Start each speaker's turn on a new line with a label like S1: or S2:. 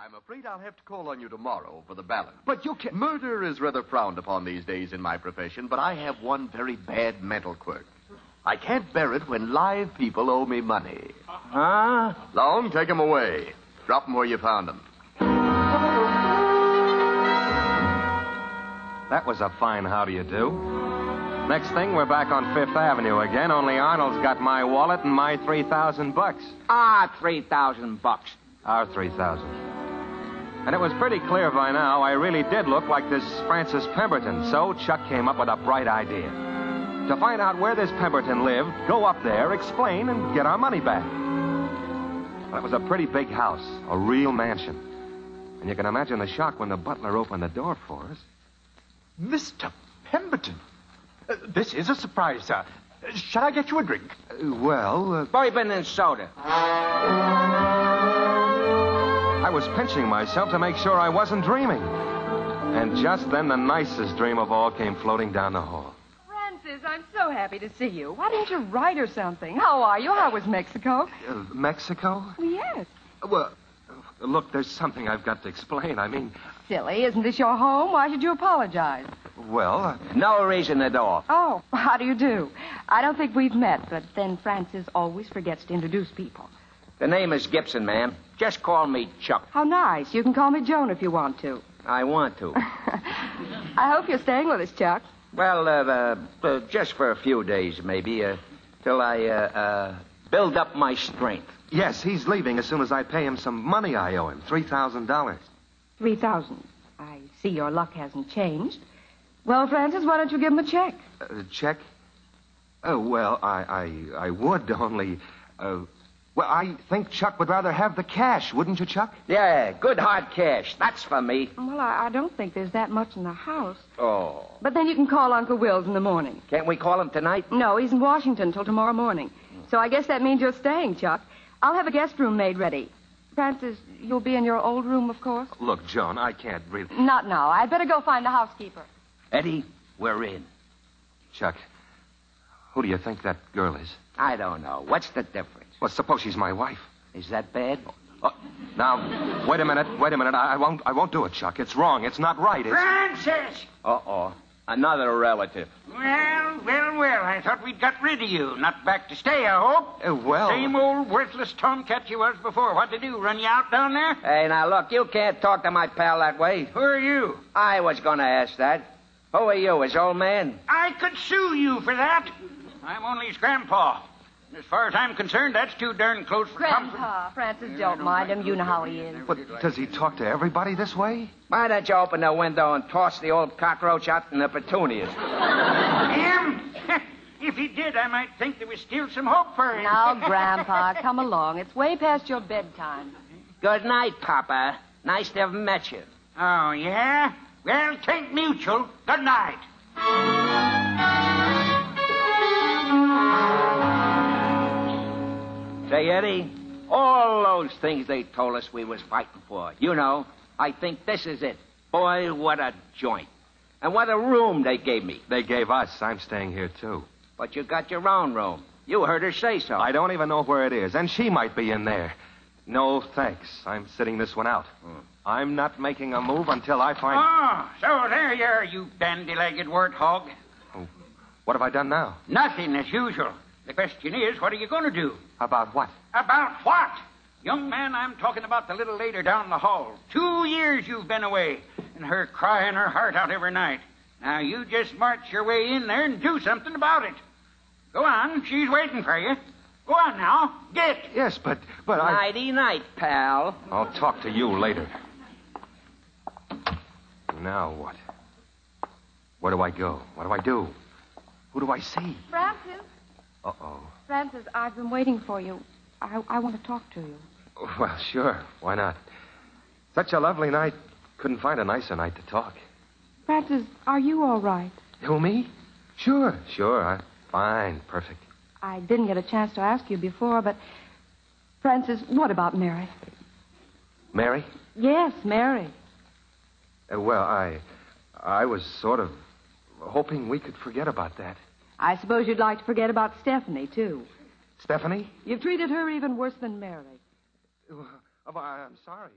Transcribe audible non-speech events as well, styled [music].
S1: I'm afraid I'll have to call on you tomorrow for the balance.
S2: But you can.
S1: Murder is rather frowned upon these days in my profession, but I have one very bad mental quirk. I can't bear it when live people owe me money.
S2: Huh?
S1: Long, take 'em away. Drop 'em where you found 'em.
S3: That was a fine how do you do. Next thing, we're back on Fifth Avenue again, only Arnold's got my wallet and my 3,000 bucks.
S2: Ah, 3,000 bucks.
S3: Our 3,000. And it was pretty clear by now I really did look like this Francis Pemberton, so Chuck came up with a bright idea. To find out where this Pemberton lived, go up there, explain, and get our money back. Well, it was a pretty big house, a real mansion. And you can imagine the shock when the butler opened the door for us.
S4: Mr. Pemberton. Uh, this is a surprise, sir. Uh, Shall I get you a drink?
S3: Uh, well, uh,
S2: Bourbon and soda.
S3: I was pinching myself to make sure I wasn't dreaming. And just then, the nicest dream of all came floating down the hall.
S5: Francis, I'm so happy to see you. Why didn't you write or something? How are you? How was Mexico?
S3: Uh, Mexico?
S5: Well, yes.
S3: Well, look, there's something I've got to explain. I mean,
S5: Silly, isn't this your home? Why should you apologize?
S3: well, uh,
S2: No reason at all.
S5: Oh, [laughs] how do you do? I don't think we've met, but then Francis always forgets to introduce people.
S2: The name is Gibson, ma'am. Just call me Chuck.
S5: How nice. You can call me Joan if you want to. [laughs]
S2: I want to.
S5: I hope you're staying with us, Chuck.
S2: Well, uh, uh, uh, just for a few days, maybe, uh, till I uh, uh, build up my strength.
S3: yes, he's leaving as soon as I pay him some money I owe him $3,000.
S5: Three thousand. I see your luck hasn't changed. Well, Francis, why don't you give him a check?
S3: Uh, check? Oh, well, I, I, I would, [laughs] only. Uh, well, I think Chuck would rather have the cash, wouldn't you, Chuck?
S2: Yeah, good hard cash. That's for me.
S5: Well, I, I don't think there's that much in the house.
S2: Oh.
S5: But then you can call Uncle Wills in the morning.
S2: Can't we call him tonight?
S5: No, he's in Washington till tomorrow morning. So I guess that means you're staying, Chuck. I'll have a guest room made ready. Francis, you'll be in your old room, of course.
S3: Look, Joan, I can't really.
S5: Not now. I'd better go find the housekeeper.
S2: Eddie, we're in.
S3: Chuck, who do you think that girl is?
S2: I don't know. What's the difference?
S3: Well, suppose she's my wife.
S2: Is that bad?
S3: Uh, now, wait a minute, wait a minute. I, I won't, I won't do it, Chuck. It's wrong. It's not right. It's...
S6: Francis!
S2: Uh-oh. Another relative.
S6: Well, well, well. I thought we'd got rid of you. Not back to stay, I hope.
S3: Uh, well,
S6: Same old worthless tomcat you was before. What to do? Run you out down there?
S2: Hey, now look, you can't talk to my pal that way.
S6: Who are you?
S2: I was going to ask that. Who are you, his old man?
S6: I could sue you for that. I'm only his grandpa. And As far as I'm concerned, that's too darn close for comfort.
S5: Grandpa, Francis, don't mind him. You know how he is.
S3: but does he talk to everybody this way?
S2: Why don't you open the window and toss the old cockroach out in the petunias?
S6: Him? [laughs] if he did, I might think there was still some hope for him.
S5: Now, Grandpa, come along. It's way past your bedtime.
S2: Good night, Papa. Nice to have met you.
S6: Oh, yeah? Well, take mutual. Good night.
S2: Say, Eddie, all those things they told us we was fighting for. You know, I think this is it. Boy, what a joint. And what a room they gave me.
S3: They gave us. I'm staying here, too.
S2: But you got your own room. You heard her say so.
S3: I don't even know where it is, and she might be in there. No, thanks. I'm sitting this one out. I'm not making a move until I find.
S6: Oh, so there you are, you dandy-legged warthog.
S3: What have I done now?
S6: Nothing as usual. The question is, what are you going to do?
S3: About what?
S6: About what? Young man, I'm talking about the little lady down the hall. Two years you've been away, and her crying her heart out every night. Now you just march your way in there and do something about it. Go on, she's waiting for you. Go on now, get.
S3: Yes, but but I.
S2: Nighty night, pal.
S3: I'll talk to you later. Now what? Where do I go? What do I do? Who do I see?
S5: Francis,
S3: Uh oh.
S5: Francis, I've been waiting for you. I, I want to talk to you.
S3: Well, sure. Why not? Such a lovely night. Couldn't find a nicer night to talk.
S5: Francis, are you all right?
S3: Who, me? Sure, sure. I'm fine. Perfect.
S5: I didn't get a chance to ask you before, but Francis, what about Mary?
S3: Mary?
S5: Yes, Mary.
S3: Uh, well, I. I was sort of hoping we could forget about that.
S5: I suppose you'd like to forget about Stephanie, too.
S3: Stephanie?
S5: You've treated her even worse than Mary.
S3: Oh, I- I'm sorry.